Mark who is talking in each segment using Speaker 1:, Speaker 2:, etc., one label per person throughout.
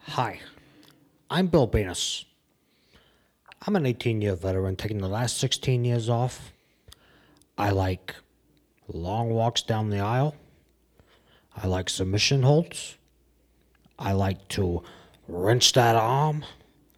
Speaker 1: Hi, I'm Bill Banus. I'm an 18 year veteran taking the last 16 years off. I like long walks down the aisle. I like submission holds. I like to wrench that arm.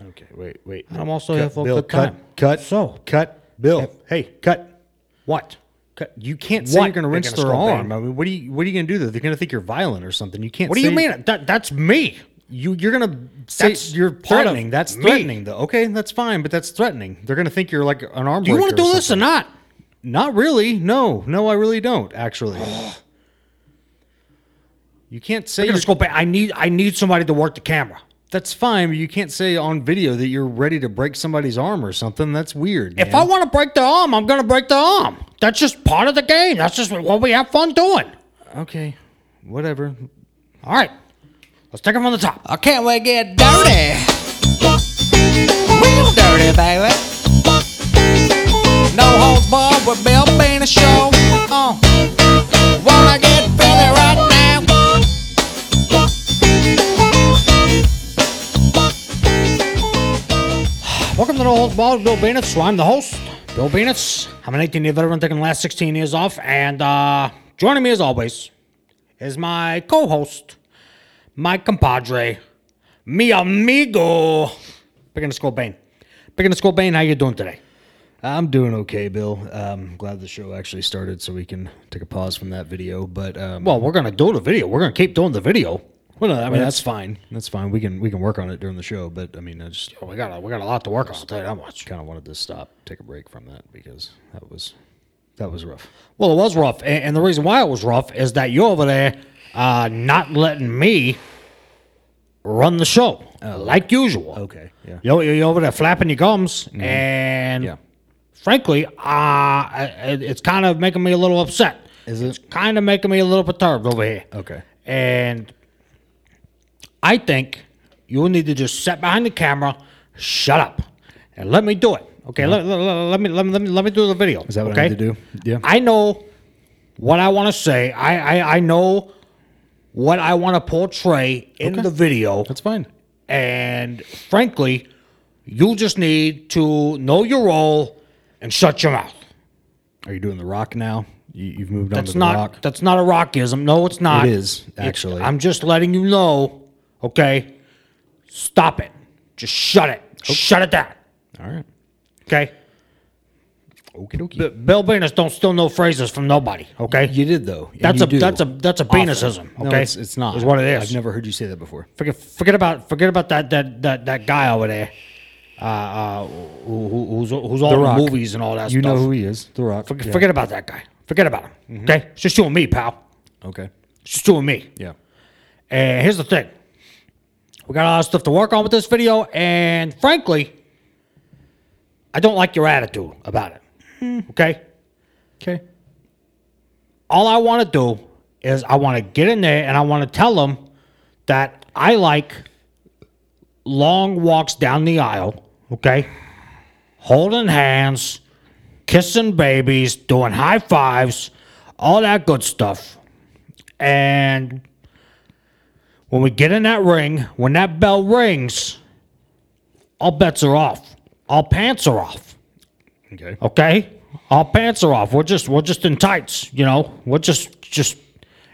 Speaker 2: Okay, wait, wait.
Speaker 1: And I'm also
Speaker 2: Cut,
Speaker 1: here for a
Speaker 2: Bill,
Speaker 1: good
Speaker 2: cut,
Speaker 1: time.
Speaker 2: Cut,
Speaker 1: So.
Speaker 2: cut, Bill. hey, cut,
Speaker 1: What?
Speaker 2: cut. You can't say
Speaker 1: What?
Speaker 2: you're going to
Speaker 1: They're
Speaker 2: rinse
Speaker 1: gonna
Speaker 2: their
Speaker 1: scold me.
Speaker 2: arm. I mean, what are you, what are you going to do? Though? They're going to think you're violent or something. You can't.
Speaker 1: What do you
Speaker 2: say-
Speaker 1: mean? That, that's me.
Speaker 2: You you're gonna say
Speaker 1: That's
Speaker 2: you're
Speaker 1: part of
Speaker 2: threatening. That's
Speaker 1: me.
Speaker 2: threatening, though. Okay, that's fine, but that's threatening. They're gonna think you're like an arm.
Speaker 1: Do you want to do this or
Speaker 2: something.
Speaker 1: not?
Speaker 2: Not really. No, no, I really don't. Actually, you can't say.
Speaker 1: They're
Speaker 2: You're,
Speaker 1: gonna go back. I need. I need somebody to work the camera.
Speaker 2: that's fine, but you can't say on video that you're ready to break somebody's arm or something. That's weird.
Speaker 1: If I
Speaker 2: man.
Speaker 1: want to break the arm, I'm gonna break the arm. That's just part of the game. That's just what we have fun doing.
Speaker 2: okay, whatever.
Speaker 1: All right, let's take it from the top.
Speaker 3: I can't wait to get dirty. Real dirty, baby. No holds barred with Bill Bean a show. Uh, wanna get filthy right now.
Speaker 1: Welcome to No Holds Barred, Bill Benitz. I'm the host, Bill Benitz. I'm an 18 year veteran taking the last 16 years off, and uh, joining me as always is my co host, my compadre, mi amigo, Big in the School Bane. Big in the School Bane, how you doing today?
Speaker 2: I'm doing okay, Bill. Um, glad the show actually started, so we can take a pause from that video. But um,
Speaker 1: Well, we're gonna do the video. We're gonna keep doing the video.
Speaker 2: Well, no, I mean
Speaker 1: Well,
Speaker 2: that's fine. That's fine. We can we can work on it during the show. But I mean, I just
Speaker 1: Oh, We got a, we got a lot to work on. I'll tell you that much.
Speaker 2: kind of wanted to stop, take a break from that because that was that was rough.
Speaker 1: Well, it was rough, a- and, the reason why it was rough is that you're over there uh, not letting me run the show uh, like usual.
Speaker 2: okay, yeah.
Speaker 1: You're, you're over there flapping your gums, and
Speaker 2: Yeah.
Speaker 1: frankly, uh, I- it- it's kind of making me a little upset.
Speaker 2: Is it?
Speaker 1: It's kind of making me a little perturbed over here.
Speaker 2: Okay.
Speaker 1: And I think you need to just sit behind the camera, shut up, and let me do it. Okay, let, let, let- let me, let, me, let me let me do the video.
Speaker 2: Is that what
Speaker 1: okay?
Speaker 2: I need to do? Yeah.
Speaker 1: I know what I want to say. I, I, I know what I want to portray in
Speaker 2: Okay.
Speaker 1: the video.
Speaker 2: that's fine.
Speaker 1: And frankly, you just need to know your role and shut your mouth.
Speaker 2: Are you doing the rock now? You, you've moved on
Speaker 1: That's
Speaker 2: to the
Speaker 1: not
Speaker 2: rock.
Speaker 1: that's not a rockism. No, it's not.
Speaker 2: It is,
Speaker 1: It's-
Speaker 2: actually.
Speaker 1: I'm just letting you know. Okay, stop it. Just shut it.
Speaker 2: Oh.
Speaker 1: Shut it down.
Speaker 2: All right.
Speaker 1: Okay.
Speaker 2: Okie dokie.
Speaker 1: B- Bill Venus don't steal no phrases from nobody. Okay.
Speaker 2: Uh, you did though. and
Speaker 1: That's
Speaker 2: you
Speaker 1: a-
Speaker 2: do.
Speaker 1: that's a- that's a
Speaker 2: Often.
Speaker 1: penisism,
Speaker 2: No,
Speaker 1: okay?
Speaker 2: it's, it's not.
Speaker 1: Is what it is.
Speaker 2: I've never heard you say that before.
Speaker 1: forget forget about forget about that that that, that guy over there. Uh, uh, who, who- who's who's all the,
Speaker 2: Rock.
Speaker 1: movies and all that
Speaker 2: You
Speaker 1: stuff.
Speaker 2: know who he is. The rock.
Speaker 1: Forget,
Speaker 2: Yeah. Mm-hmm.
Speaker 1: forget about that guy. Forget about him. Okay, it's just you and me, pal.
Speaker 2: Okay.
Speaker 1: It's just you and me.
Speaker 2: Yeah.
Speaker 1: And here's the thing. We got a lot of stuff to work on with this video, and frankly, I don't like your attitude about it. Okay?
Speaker 2: Okay.
Speaker 1: All I want to do is I want to get in there and I want to tell them that I like long walks down the aisle, okay? Holding hands, kissing babies, doing high fives, all that good stuff. And when we get in that ring, when that bell rings, all bets are off. All pants are off.
Speaker 2: Okay.
Speaker 1: Okay? All pants are off. We're just we're just in tights, you know. We're just just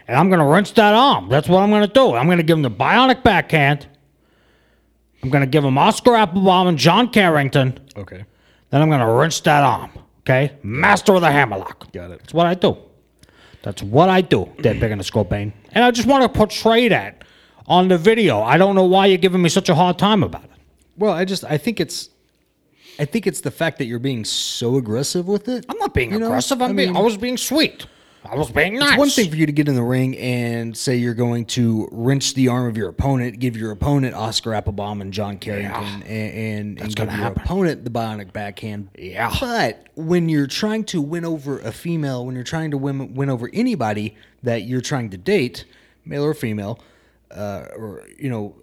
Speaker 1: and I'm gonna wrench that arm. That's what I'm gonna do. I'm gonna give him the bionic backhand. I'm gonna give him Oscar Applebaum and John Carrington.
Speaker 2: Okay.
Speaker 1: Then I'm gonna wrench that arm. Okay? Master of the hammerlock.
Speaker 2: Got it.
Speaker 1: That's what I do. That's what I do. They're big in the Scorpion. And I just want to portray that on the video. I don't know why you're giving me such a hard time about it.
Speaker 2: Well, I just I think it's I think it's the fact that you're being so aggressive with it.
Speaker 1: I'm not being
Speaker 2: You know,
Speaker 1: aggressive. I'm
Speaker 2: I
Speaker 1: being,
Speaker 2: mean-
Speaker 1: I was being sweet. I was being nice.
Speaker 2: One thing for you to get in the ring and say you're going to wrench the arm of your opponent, give your opponent Oscar Applebaum and John Carrington, and, and, and give
Speaker 1: gonna
Speaker 2: your
Speaker 1: happen.
Speaker 2: opponent the bionic backhand.
Speaker 1: Yeah.
Speaker 2: But when you're trying to win over a female, when you're trying to win, win over anybody that you're trying to date, male or female, uh, or, you know,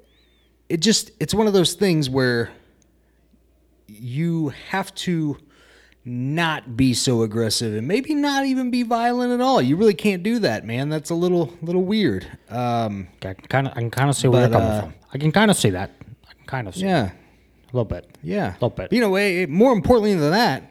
Speaker 2: it just, it's one of those things where you have to not be so aggressive and maybe not even be violent at all. You really can't do that, man. That's a little little weird. Um,
Speaker 1: Okay, I can kind of I can kind of see where
Speaker 2: But,
Speaker 1: you're coming
Speaker 2: uh,
Speaker 1: from. I can kind of see that. I can kind of see
Speaker 2: yeah,
Speaker 1: it. a little bit.
Speaker 2: yeah,
Speaker 1: little bit.
Speaker 2: You know, way it- more importantly than that,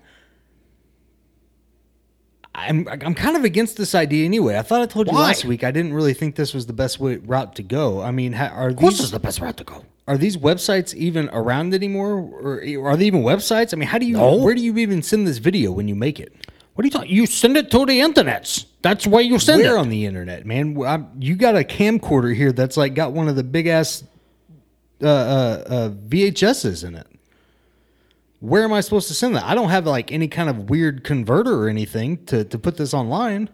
Speaker 2: I'm I'm kind of against this idea anyway. I thought I told you
Speaker 1: Why?
Speaker 2: last week. I didn't really think this was the best way route to go. I mean, ha- are
Speaker 1: Of course,
Speaker 2: these
Speaker 1: is the best route to go.
Speaker 2: are these websites even around anymore, or eh, are they even websites? I mean, how do you
Speaker 1: No.
Speaker 2: where do you even send this video when you make it?
Speaker 1: What are you talking? You send it to the internets. That's where you send
Speaker 2: Where
Speaker 1: it.
Speaker 2: on the internet, man? Wh- I'm, you got a camcorder here that's like got one of the big ass uh, uh, uh, VHSs in it. Where am I supposed to send that? I don't have like any kind of weird converter or anything to, to put this online.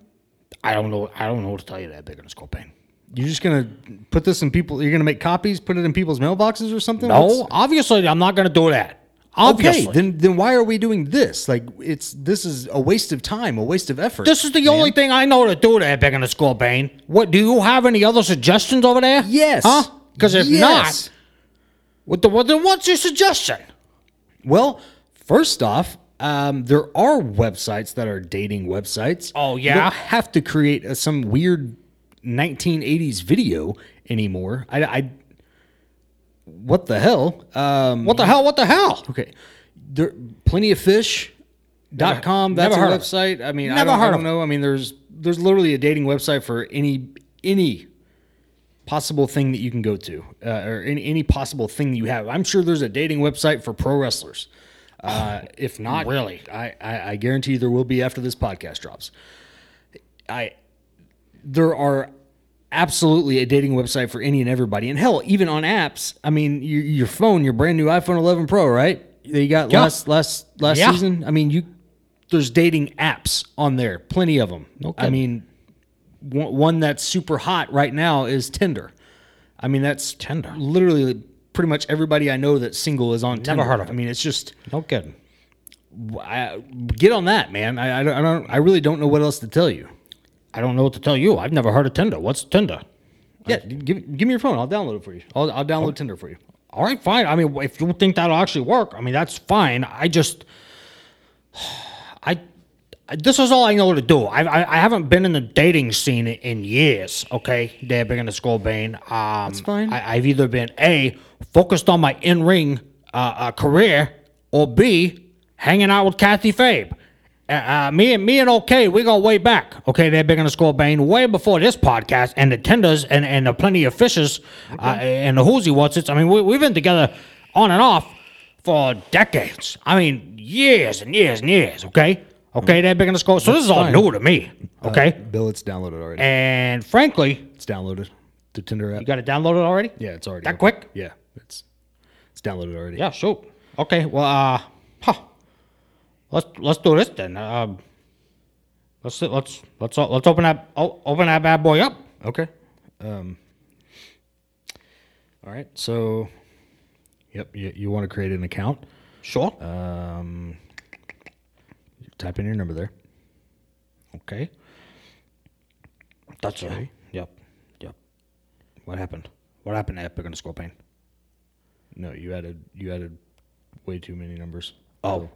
Speaker 1: I don't know. I don't know what to tell you that big in a skull pain.
Speaker 2: You're just gonna put this in people. You're gonna make copies, put it in people's mailboxes or something.
Speaker 1: No,
Speaker 2: What's-
Speaker 1: obviously, I'm not going to do that.
Speaker 2: Okay,
Speaker 1: Obviously,
Speaker 2: then then why are we doing this? Like it's this is a waste of time, a waste of effort.
Speaker 1: this is the only thing I know to do that big in a skull pain. What do you have any other suggestions over there?
Speaker 2: yes,
Speaker 1: Huh? Because if
Speaker 2: Yes.
Speaker 1: not, what the, what then what's your suggestion?
Speaker 2: well, first off, um, there are websites that are dating websites.
Speaker 1: Oh,
Speaker 2: You
Speaker 1: yeah?
Speaker 2: don't have to create a, some weird 1980s video anymore. I, I what the hell? Um,
Speaker 1: What the hell? What the hell?
Speaker 2: Okay. There plenty of fish. Dot com.
Speaker 1: Never-
Speaker 2: That's
Speaker 1: never
Speaker 2: a
Speaker 1: heard of
Speaker 2: website. I mean, I
Speaker 1: Never
Speaker 2: don't,
Speaker 1: heard
Speaker 2: I
Speaker 1: of
Speaker 2: don't
Speaker 1: it.
Speaker 2: know. I mean, there's there's literally a dating website for any any possible thing that you can go to, uh, or any any possible thing that you have. I'm sure there's a dating website for pro wrestlers. Uh, if not,
Speaker 1: Really?
Speaker 2: I, I I guarantee there will be after this podcast drops. I there are absolutely a dating website for any and everybody. And hell, even on apps. I mean, your, your phone, your brand new iPhone 11 Pro, right? That you got
Speaker 1: Yeah.
Speaker 2: last last last
Speaker 1: Yeah.
Speaker 2: season. I mean, you there's dating apps on there, plenty of them. I
Speaker 1: kidding.
Speaker 2: mean, one, one that's super hot right now is Tinder. I mean, that's Tinder. Literally, pretty much everybody I know that's single is on Tinder.
Speaker 1: heard of it.
Speaker 2: I mean, it's just
Speaker 1: No kidding.
Speaker 2: I, get on that, man. I, I don't I don't I really don't know what else to tell you.
Speaker 1: I don't know what to tell you. I've never heard of Tinder. What's Tinder?
Speaker 2: Yeah, give, give me your phone. I'll download it for you. I'll, I'll download Tinder for you.
Speaker 1: All right, fine. I mean, if you think that'll actually work, I mean, that's fine. I just, I, I- this is all I know to do. I, I, I haven't been in the dating scene in, in years. Okay, there, big in the school, Bane. Um, that's
Speaker 2: fine.
Speaker 1: I, I've either been a focused on my in ring uh, uh, career, or b hanging out with Kathy Fabe. Uh, uh, me and me and OK, we go way back. Okay, they're big in the school, Bane, way before this podcast and the tenders and and the plenty of fishes uh, and the whoozy what's I mean, we, we've been together on and off for decades. I mean, years and years and years. Okay, okay, they're big in the school. So this is all new to me. Okay,
Speaker 2: Bill, it's downloaded already.
Speaker 1: and frankly,
Speaker 2: It's downloaded. The Tinder app.
Speaker 1: you got it downloaded already.
Speaker 2: yeah, it's already
Speaker 1: That
Speaker 2: open.
Speaker 1: quick?
Speaker 2: Yeah, it's it's downloaded already.
Speaker 1: Yeah, shoot. Okay, well, uh, huh. Let's let's do this then. Um, let's let's let's o- let's open that o- open that bad boy up.
Speaker 2: Okay. Um. All right. So, yep. You, you want to create an account?
Speaker 1: Sure.
Speaker 2: Um. Type in your number there.
Speaker 1: okay. That's right. Yep. Yep. What happened? What happened to Epic and Scorpion?
Speaker 2: No, you added you added way too many numbers.
Speaker 1: Oh.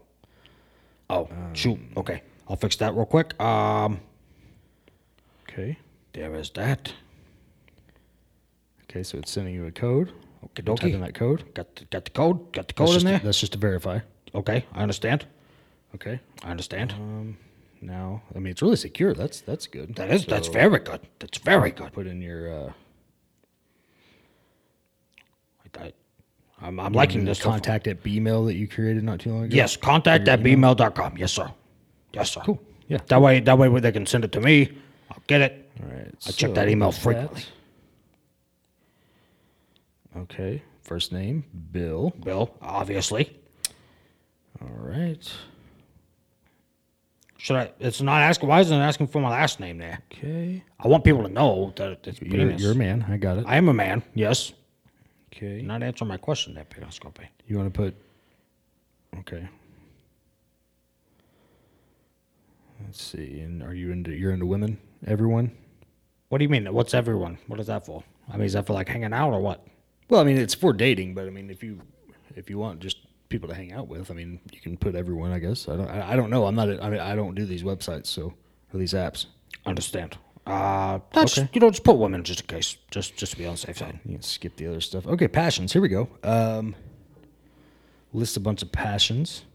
Speaker 1: Oh,
Speaker 2: Uh,
Speaker 1: shoot. Okay. I'll fix that real quick. Um,
Speaker 2: Okay.
Speaker 1: there is that.
Speaker 2: Okay. So it's sending you a code.
Speaker 1: Okay,
Speaker 2: Type in that code.
Speaker 1: Got the, got the code. Got the
Speaker 2: That's
Speaker 1: code in
Speaker 2: just-
Speaker 1: there.
Speaker 2: That's just to verify.
Speaker 1: okay, I understand.
Speaker 2: Okay.
Speaker 1: I understand.
Speaker 2: Um. Now, I mean, it's really secure. That's that's good.
Speaker 1: That is that's
Speaker 2: So
Speaker 1: very good. That's very good.
Speaker 2: Put in your. uh
Speaker 1: I, I, am I'm liking this so far.
Speaker 2: contact at Bmail that you created not too long ago.
Speaker 1: Yes, contact at bmail.com. Yes, sir. Yes, sir. Cool.
Speaker 2: Yeah.
Speaker 1: That way, that way they can send it to me. I'll get it.
Speaker 2: All right.
Speaker 1: I check that email frequently.
Speaker 2: Okay. First name Bill.
Speaker 1: Bill, obviously.
Speaker 2: All right.
Speaker 1: Should I? It's not asking. Why isn't it asking for my last name there?
Speaker 2: Okay.
Speaker 1: I want people to know that it's
Speaker 2: You're,
Speaker 1: penis.
Speaker 2: you're a man. I got it.
Speaker 1: I am a man. Yes.
Speaker 2: okay.
Speaker 1: You're not answering my question there, Penis Scorpion.
Speaker 2: You want to put? Okay. Let's see. And are you into? You're into women. Everyone.
Speaker 1: What do you mean? What's everyone? What is that for? I mean, is that for like hanging out or what?
Speaker 2: Well, I mean, it's for dating, but I mean, if you if you want just people to hang out with. I mean, you can put everyone, I guess. I don't. I I don't know. I'm not. a- I mean, I don't do these websites, so or these apps.
Speaker 1: Understand. Uh, that's, You know, just put women just in case, just just to be on the safe side.
Speaker 2: You can skip the other stuff. Okay, passions. Here we go. Um, list a bunch of passions.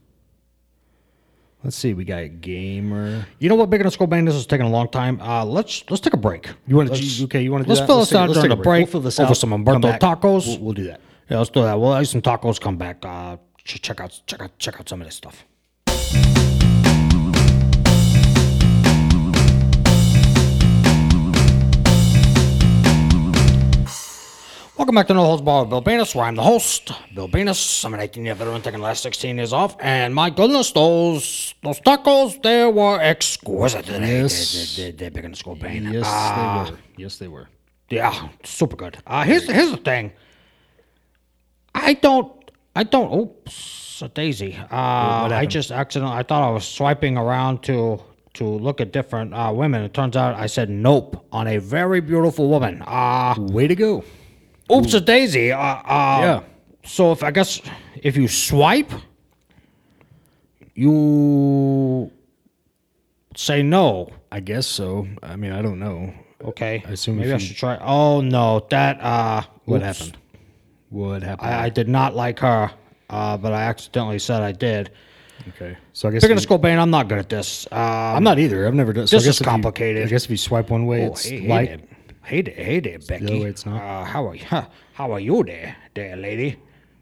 Speaker 2: Let's see. We got gamer.
Speaker 1: You know what, Big and Skull Bang, this is taking a long time. Uh, let's let's take a break.
Speaker 2: You want
Speaker 1: Let's-
Speaker 2: to? Okay, you want to?
Speaker 1: Let's
Speaker 2: do that?
Speaker 1: fill us
Speaker 2: take-
Speaker 1: out
Speaker 2: let's
Speaker 1: during the
Speaker 2: take a
Speaker 1: break.
Speaker 2: We'll fill this
Speaker 1: over
Speaker 2: out.
Speaker 1: some
Speaker 2: Come
Speaker 1: Umberto
Speaker 2: back.
Speaker 1: tacos.
Speaker 2: We'll, we'll do that.
Speaker 1: Yeah, let's do that. We'll eat some tacos. Come back. Uh, ch- check out check out check out some of this stuff. Welcome back to No Holds Barred with Bill Venus, where I'm the host, Bill Venus. I'm an 18-year veteran, taking the last 16 years off, and my goodness, those those tacos, they were exquisite.
Speaker 2: Yes.
Speaker 1: They, they, they, are big in the school pain.
Speaker 2: Yes,
Speaker 1: Ah,
Speaker 2: they were. Yes, they were.
Speaker 1: yeah, super good. Uh, here's here's the thing. I don't. I don't. Oops, a daisy. Uh, I just accidentally. I thought I was swiping around to to look at different uh, women. It turns out I said nope on a very beautiful woman. Uh,
Speaker 2: Way to go.
Speaker 1: oops, a daisy. Uh, uh,
Speaker 2: Yeah.
Speaker 1: So if I guess if you swipe, you say no.
Speaker 2: I guess so. I mean, I don't know.
Speaker 1: Okay.
Speaker 2: I assume
Speaker 1: maybe
Speaker 2: if
Speaker 1: I
Speaker 2: you-
Speaker 1: should try. Oh no, that. Uh,
Speaker 2: What
Speaker 1: oops.
Speaker 2: happened? What happened?
Speaker 1: I, I did not like her, uh, but I accidentally said I did.
Speaker 2: okay. So I guess
Speaker 1: Picking a
Speaker 2: you-
Speaker 1: school band, I'm not good at this. Um,
Speaker 2: I'm not either. I've never done. So I
Speaker 1: This is
Speaker 2: guess if you-
Speaker 1: complicated.
Speaker 2: I guess if you swipe one way,
Speaker 1: oh,
Speaker 2: it's
Speaker 1: hey, hey
Speaker 2: like
Speaker 1: there. Hey there, hey there, Becky.
Speaker 2: way it's not.
Speaker 1: Uh, how are you? How are you there, there, lady?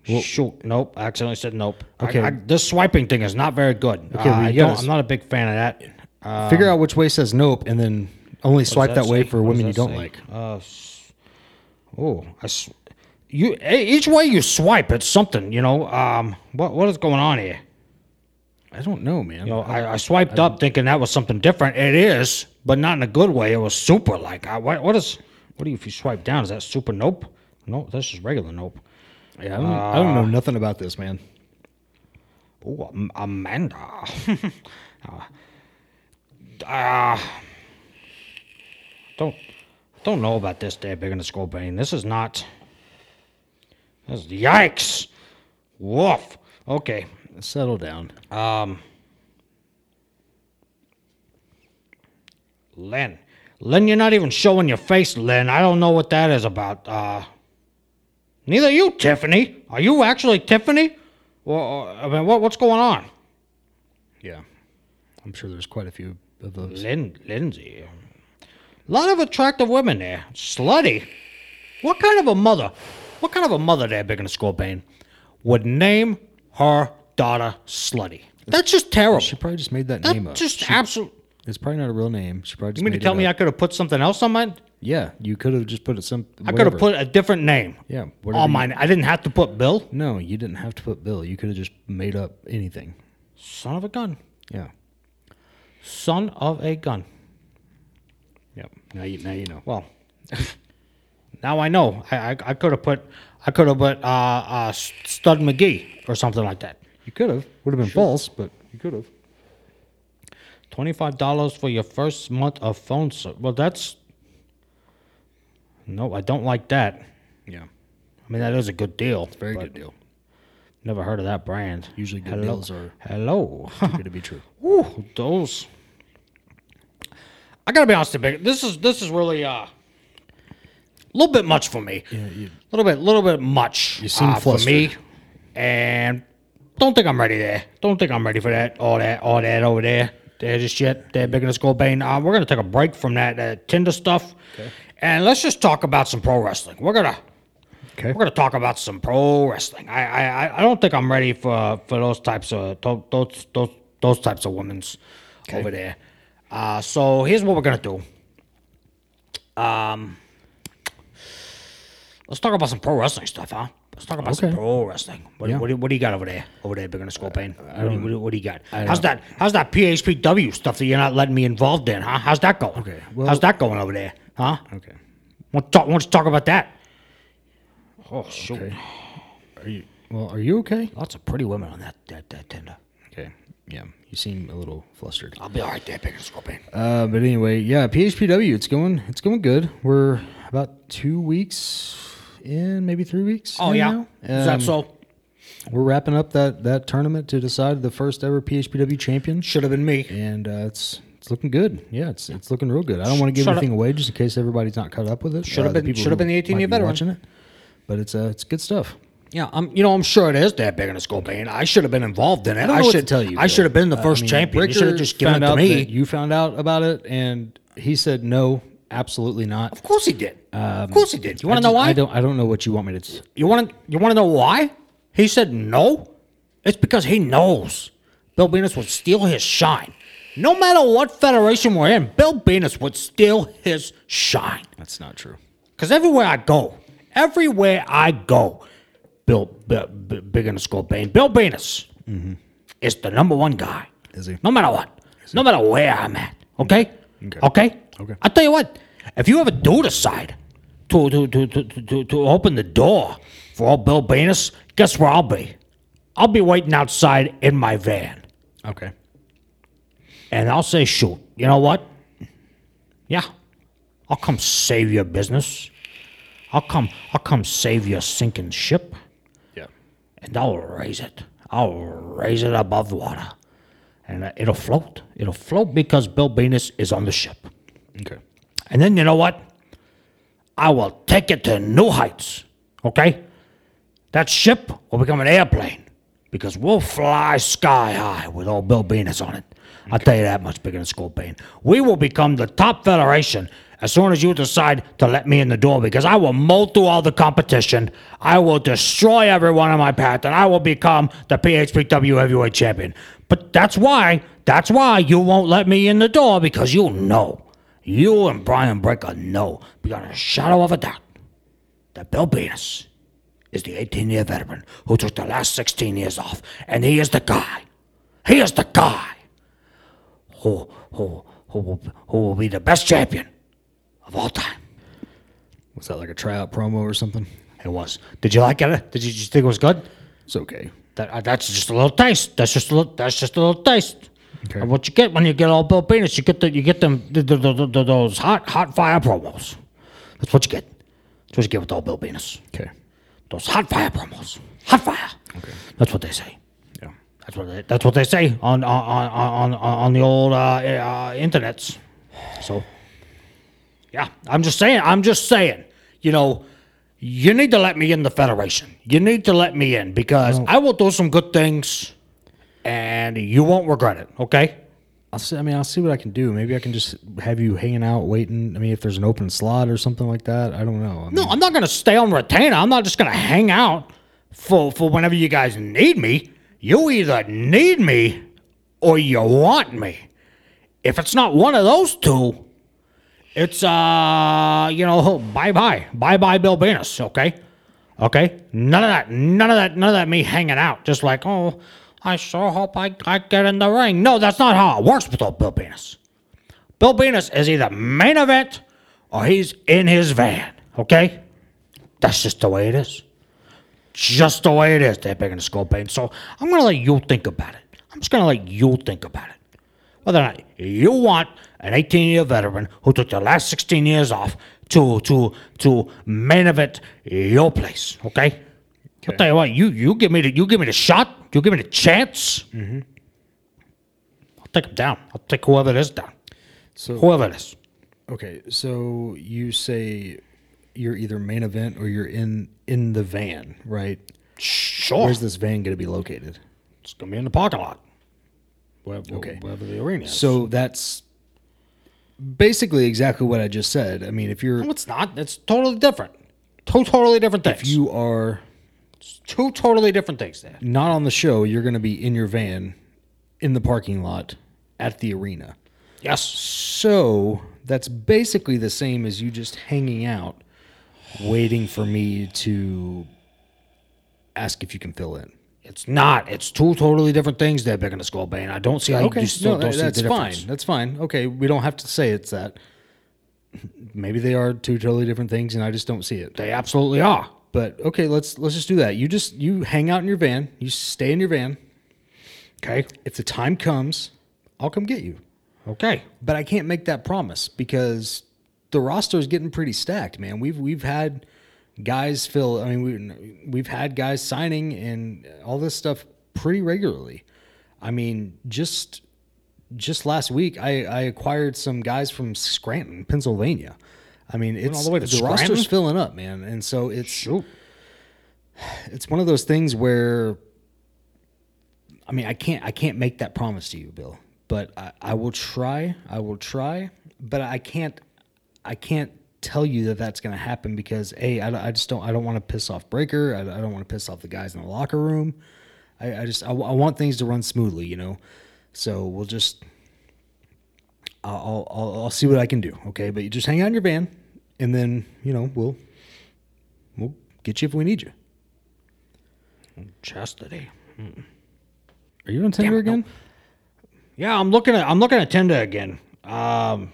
Speaker 1: Shoot, nope. I accidentally said nope. Okay,
Speaker 2: Okay.
Speaker 1: I, this swiping thing is not very good. Okay,
Speaker 2: well, you
Speaker 1: I
Speaker 2: gotta
Speaker 1: don't,
Speaker 2: s-
Speaker 1: I'm not a big fan of that. Uh,
Speaker 2: figure out which way says nope, and then only swipe that,
Speaker 1: does that
Speaker 2: way
Speaker 1: say?
Speaker 2: for
Speaker 1: What does
Speaker 2: women you
Speaker 1: that
Speaker 2: don't
Speaker 1: say?
Speaker 2: like.
Speaker 1: oh, I s- you e- each way you swipe, it's something. You know, um, what what is going on here?
Speaker 2: I don't know, man.
Speaker 1: You know, I, I swiped up thinking that was something different. It is, but not in a good way. It was super. Like, I, what, what is? What do you if you swipe down? Is that super? Nope. Nope. That's just regular. Nope.
Speaker 2: yeah, I don't, I don't know
Speaker 1: uh,
Speaker 2: nothing about this, man.
Speaker 1: Oh, Am- Amanda. Ah. Ah. don't don't know about this day big in the skull bane. This is not. This is, yikes! Woof. Okay.
Speaker 2: Settle down.
Speaker 1: Len. Len, you're not even showing your face, Len. I don't know what that is about. Uh, neither you, Tiffany. Are you actually Tiffany? Well, I mean, what, what's going on?
Speaker 2: yeah, I'm sure there's quite a few of those.
Speaker 1: Lin, Lindsay. A lot of attractive women there. Slutty. What kind of a mother? What kind of a mother there, big in the school, Bane, would name her daughter Slutty? That's just terrible.
Speaker 2: She probably just made that, name up.
Speaker 1: That's just absolute.
Speaker 2: it's probably not a real name. She probably just
Speaker 1: You mean to
Speaker 2: made
Speaker 1: tell
Speaker 2: it
Speaker 1: me I
Speaker 2: up.
Speaker 1: could have put something else on mine?
Speaker 2: yeah, you could have just put it some.
Speaker 1: I could have
Speaker 2: whatever.
Speaker 1: put a different name.
Speaker 2: Yeah, whatever
Speaker 1: On
Speaker 2: you-
Speaker 1: mine. I didn't have to put Bill.
Speaker 2: No, you didn't have to put Bill. You could have just made up anything.
Speaker 1: Son of a gun.
Speaker 2: Yeah.
Speaker 1: Son of a gun.
Speaker 2: Yep. Now you now you know.
Speaker 1: Well, now I know. I I, I could have put I could have put uh, uh, Stud McGee or something like that.
Speaker 2: You could have. Would have been false, but you could have.
Speaker 1: Twenty-five dollars for your first month of phone service. Well, that's no, I don't like that.
Speaker 2: Yeah.
Speaker 1: I mean, that is a good deal.
Speaker 2: Very
Speaker 1: but
Speaker 2: good deal.
Speaker 1: Never heard of that brand.
Speaker 2: Usually good
Speaker 1: Hello-
Speaker 2: deals are
Speaker 1: hello.
Speaker 2: good to be true.
Speaker 1: Woo, those. I gotta be honest, with you, this is this is really uh, a little bit much for me. A
Speaker 2: you-
Speaker 1: little bit, little bit much.
Speaker 2: You seem
Speaker 1: uh, for me,
Speaker 2: flustered.
Speaker 1: and don't think I'm ready there. Don't think I'm ready for that. All that, all that over there. There just yet. They're big in the skull bane. Uh, we're gonna take a break from that uh, Tinder stuff, and let's just talk about some pro wrestling. We're gonna
Speaker 2: Okay.
Speaker 1: we're gonna talk about some pro wrestling. I I, I- I don't think I'm ready for for those types of tho- those those those types of women's over there. Uh, so here's what we're gonna do. Um, let's talk about some pro wrestling stuff, huh? Let's talk about some
Speaker 2: Okay.
Speaker 1: pro wrestling. What,
Speaker 2: Yeah. Uh,
Speaker 1: what, do, what do you got over there? Over there, big on the skull pain. What do, you- what, do, what do you got? How's that? How's that PHPW stuff that you're not letting me involved in, huh? How's that going?
Speaker 2: Okay, well-
Speaker 1: how's that going over there, huh?
Speaker 2: Okay.
Speaker 1: Want to talk? Want to talk about that? Oh shoot!
Speaker 2: Okay. Are you well, are you okay?
Speaker 1: Lots of pretty women on that that, that Tinder.
Speaker 2: Okay. Yeah. You seem a little flustered.
Speaker 1: I'll be all right there, big and scorpion.
Speaker 2: Uh but anyway, yeah, PHPW, it's going it's going good. We're about two weeks in, maybe three weeks.
Speaker 1: Oh
Speaker 2: in
Speaker 1: yeah,
Speaker 2: now.
Speaker 1: is that
Speaker 2: Um,
Speaker 1: so?
Speaker 2: we're wrapping up that that tournament to decide the first ever PHPW champion,
Speaker 1: Should have been me.
Speaker 2: and uh, it's it's looking good. Yeah, it's it's looking real good. I don't want to give
Speaker 1: Shut
Speaker 2: anything away just in case everybody's not caught up with it.
Speaker 1: Should
Speaker 2: uh,
Speaker 1: have
Speaker 2: the
Speaker 1: been-
Speaker 2: people
Speaker 1: should have
Speaker 2: who
Speaker 1: been the 18
Speaker 2: might
Speaker 1: year
Speaker 2: be
Speaker 1: veteran.
Speaker 2: watching it, but it's uh, it's good stuff.
Speaker 1: Yeah, I'm. You know, I'm sure it is that big in a school band. I should have been involved in it.
Speaker 2: don't
Speaker 1: I,
Speaker 2: know what
Speaker 1: should
Speaker 2: to tell you,
Speaker 1: I
Speaker 2: Bill.
Speaker 1: should have been the
Speaker 2: I
Speaker 1: first
Speaker 2: mean,
Speaker 1: champion. You should have
Speaker 2: Bricker
Speaker 1: just given it
Speaker 2: found
Speaker 1: to
Speaker 2: out
Speaker 1: me.
Speaker 2: that You found out about it, and he said no, absolutely not.
Speaker 1: of course he did. of course he did. You want
Speaker 2: I
Speaker 1: to know
Speaker 2: just-
Speaker 1: why?
Speaker 2: I don't. I don't know what you want me to. s-
Speaker 1: You want to you want to know why? He said no. It's because he knows Bill Venus would steal his shine. No matter what federation we're in, Bill Venus would steal his shine.
Speaker 2: That's not true.
Speaker 1: Because everywhere I go, everywhere I go, Bill, B- B- Big in the Skull Bane, Bill Venus is the number one guy.
Speaker 2: Mm-hmm. Is he? Mm-hmm.
Speaker 1: No matter what. No matter where I'm at. Okay?
Speaker 2: Okay.
Speaker 1: Okay?
Speaker 2: Okay.
Speaker 1: i tell you what, if you ever do decide to, to, to, to, to- to, to open the door for old Bill Venus, guess where I'll be? I'll be waiting outside in my van.
Speaker 2: Okay.
Speaker 1: And I'll say, shoot, you know what? Yeah, I'll come save your business. I'll come, I'll come save your sinking ship,
Speaker 2: Yeah.
Speaker 1: and I'll raise it. I'll raise it above water, and uh, it'll float. It'll float because Bill Venus is on the ship.
Speaker 2: Okay.
Speaker 1: And then you know what? I will take it to new heights. Okay? That ship will become an airplane because we'll fly sky high with old Bill Venus on it. I'll tell you that much bigger than School Pain. We will become the top federation as soon as you decide to let me in the door because I will mold through all the competition. I will destroy everyone on my path and I will become the PHPW heavyweight champion. But that's why, that's why you won't let me in the door because you know you and Brian Breaker know beyond a shadow of a doubt that Bill Venus is the 18 year veteran who took the last 16 years off, and he is the guy. He is the guy who, who, who, will, who will be the best champion of all time.
Speaker 2: Was that like a tryout promo or something?
Speaker 1: It was. Did you like it? Did you, did you think it was good?
Speaker 2: It's okay.
Speaker 1: That, uh, that's just a little taste. That's just a little, that's just a little taste.
Speaker 2: Okay.
Speaker 1: And what you get when you get all Bill Venus, you get the, you get them the, the, the, the- those hot hot fire promos. That's what you get. That's what you get with all Bill Venus.
Speaker 2: Okay.
Speaker 1: Those hot fire promos. Hot fire. Okay. That's what they say.
Speaker 2: Yeah.
Speaker 1: That's what they, that's what they say on on on on, on the old uh, uh, internets. So yeah, I'm just saying. I'm just saying. You know, you need to let me in the federation. You need to let me in because I will do some good things, and you won't regret it. Okay.
Speaker 2: I'll see. I mean, I'll see what I can do. Maybe I can just have you hanging out, waiting. I mean, if there's an open slot or something like that, I don't know. I
Speaker 1: No, I'm not going to stay on retainer. I'm not just going to hang out for for whenever you guys need me. You either need me or you want me. If it's not one of those two, it's uh, you know, bye bye, bye bye, Bill Venus. Okay, okay. None of that, none of that, none of that. Me hanging out, just like oh, I sure hope I I get in the ring. No, that's not how it works with old Bill Venus. Bill Venus is either main event or he's in his van. Okay? That's just the way it is. Just the way it is. They're big in the skull pain. So I'm gonna let you think about it. I'm just gonna let you think about it. Whether or not you want an 18 year veteran who took the last 16 years off to to to main event your place, okay? I'll tell you what, you you give me the you give me the shot, you give me the chance. I'll take him down. I'll take whoever it is down.
Speaker 2: So-
Speaker 1: whoever it is.
Speaker 2: Okay, so you say you're either main event or you're in in the van, right?
Speaker 1: Sure.
Speaker 2: Where's this van going to be located?
Speaker 1: It's gonna be in the parking lot. Where,
Speaker 2: Okay.
Speaker 1: Wherever the arena is.
Speaker 2: So that's basically exactly what I just said. I mean, if you're
Speaker 1: no, it's not. It's totally different. Two totally different things.
Speaker 2: you are
Speaker 1: Two totally different things there.
Speaker 2: not on the show, you're going to be in your van in the parking lot at the arena.
Speaker 1: Yes.
Speaker 2: So that's basically the same as you just hanging out, waiting for me to ask if you can fill in.
Speaker 1: It's not. It's two totally different things there, Big in the Skull Bane. I don't see how
Speaker 2: Okay,
Speaker 1: you still
Speaker 2: no,
Speaker 1: don't
Speaker 2: that-
Speaker 1: see
Speaker 2: that's
Speaker 1: the
Speaker 2: fine.
Speaker 1: difference.
Speaker 2: That's fine. Okay, we don't have to say it's that. Maybe they are two totally different things, and I just don't see it.
Speaker 1: They absolutely are.
Speaker 2: But okay, let's let's just do that. You just you hang out in your van. You stay in your van.
Speaker 1: Okay.
Speaker 2: If the time comes, I'll come get you.
Speaker 1: Okay.
Speaker 2: But I can't make that promise because the roster is getting pretty stacked, man. We've we've had guys feel. I mean, we we've had guys signing and all this stuff pretty regularly. I mean, just just last week, I I acquired some guys from Scranton, Pennsylvania. I mean, it's
Speaker 1: all the way to Scranton?
Speaker 2: roster's filling up, man, and so it's
Speaker 1: Shoot.
Speaker 2: it's one of those things where I mean I can't I can't make that promise to you, Bill. But I, I will try. I will try. But I can't I can't tell you that that's going to happen because a I, don't- I just don't I don't want to piss off Breaker. I, I don't want to piss off the guys in the locker room. I, I just I, wa- I want things to run smoothly, you know. So we'll just I'll, I'll I'll see what I can do. Okay, but you just hang out in your van, and then you know we'll we'll get you if we need you.
Speaker 1: Chastity.
Speaker 2: Are you on Tinder
Speaker 1: Damn it,
Speaker 2: again?
Speaker 1: Yeah, I'm looking at I'm looking at Tinder again. Um,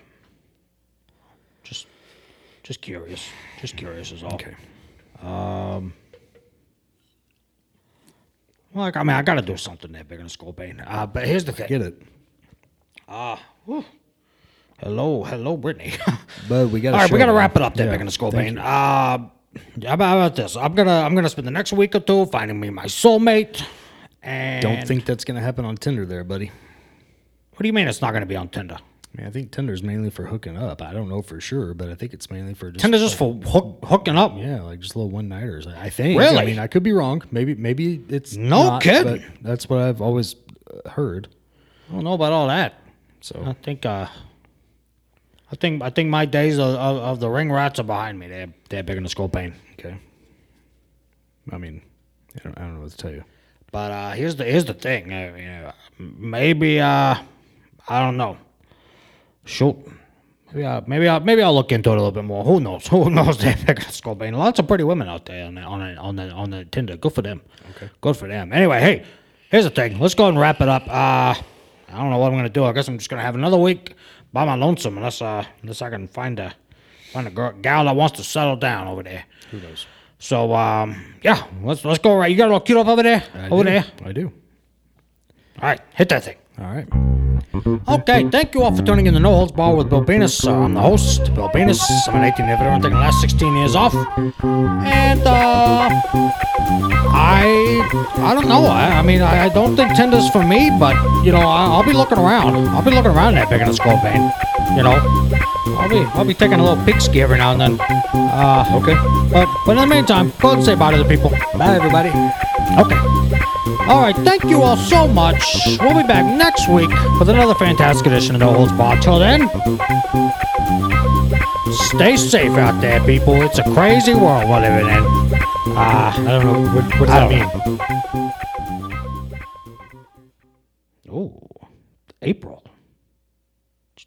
Speaker 1: just just curious, just curious is all.
Speaker 2: Okay.
Speaker 1: Um, Well, like, I mean, I got to do something there, bigger than Skull Bane. Uh, but here's the thing.
Speaker 2: Get it.
Speaker 1: Hello, hello, Brittany.
Speaker 2: But we got
Speaker 1: All right, we got to wrap it
Speaker 2: up.
Speaker 1: up there, Big in the Skull Bane. Uh, how about how about this? I'm gonna I'm gonna spend the next week or two finding me my soulmate. And
Speaker 2: Don't think that's going to happen on Tinder there, buddy.
Speaker 1: What do you mean it's not gonna be on Tinder?
Speaker 2: I mean, I think Tinder's mainly for hooking up. I don't know for sure, but I think it's mainly for just
Speaker 1: Tinder's just for hook, hooking up.
Speaker 2: yeah, like just little one nighters. I I think. I
Speaker 1: Really?
Speaker 2: mean, I could be wrong. Maybe maybe it's
Speaker 1: No
Speaker 2: not,
Speaker 1: kidding.
Speaker 2: but That's what I've always uh, heard.
Speaker 1: I don't know about all that. I
Speaker 2: So
Speaker 1: think uh, I think I think my days of, of, of the ring rats are behind me. They're they're big in the skull pain.
Speaker 2: okay. I mean, I don't, I don't know what to tell you.
Speaker 1: But uh, here's the here's the thing. Uh, you know, maybe uh, I don't know. Shoot. Maybe I'll, maybe I'll maybe I'll look into it a little bit more. Who knows? Who knows? They're big in the skull pain. Lots of pretty women out there on the, on the, on the, on the Tinder. Good for them. Okay. Good for them. Anyway, hey, here's the thing. Let's go and wrap it up. Uh, I don't know what I'm gonna do. I guess I'm just gonna have another week by my lonesome unless uh unless I can find a find a girl, gal that wants to settle down over there.
Speaker 2: Who knows?
Speaker 1: So um yeah, let's let's go right. You got it all queued up over there?
Speaker 2: I
Speaker 1: over
Speaker 2: do.
Speaker 1: there.
Speaker 2: I do.
Speaker 1: All right, hit that thing.
Speaker 2: All right.
Speaker 1: Okay, thank you all for tuning in to No Holds Bar with Bill Venus. Uh, I'm the host, Bill Venus. I'm an 18 year veteran, taking the last 16 years off. And, uh, I I don't know. I, I mean, I, I don't think Tinder's for me, but, you know, I, I'll be looking around. I'll be looking around that big in a skull vein. You know, I'll be, I'll be taking a little pixie every now and then. Uh, okay. But, but in the meantime, go and say bye to the people.
Speaker 2: Bye, everybody.
Speaker 1: Okay. All right, thank you all so much. We'll be back next week with another fantastic edition of No Holds Bar. Till then, stay safe out there, people. It's a crazy world we're living in. Ah,
Speaker 2: I don't know. What, what does
Speaker 1: I
Speaker 2: that
Speaker 1: don't
Speaker 2: mean?
Speaker 1: know. Oh, April. J-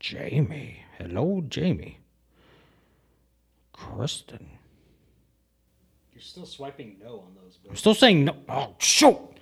Speaker 1: Jamie. Hello, Jamie. Kristen.
Speaker 2: You're still swiping no on those, Bill.
Speaker 1: I'm still saying no. Oh, shoot.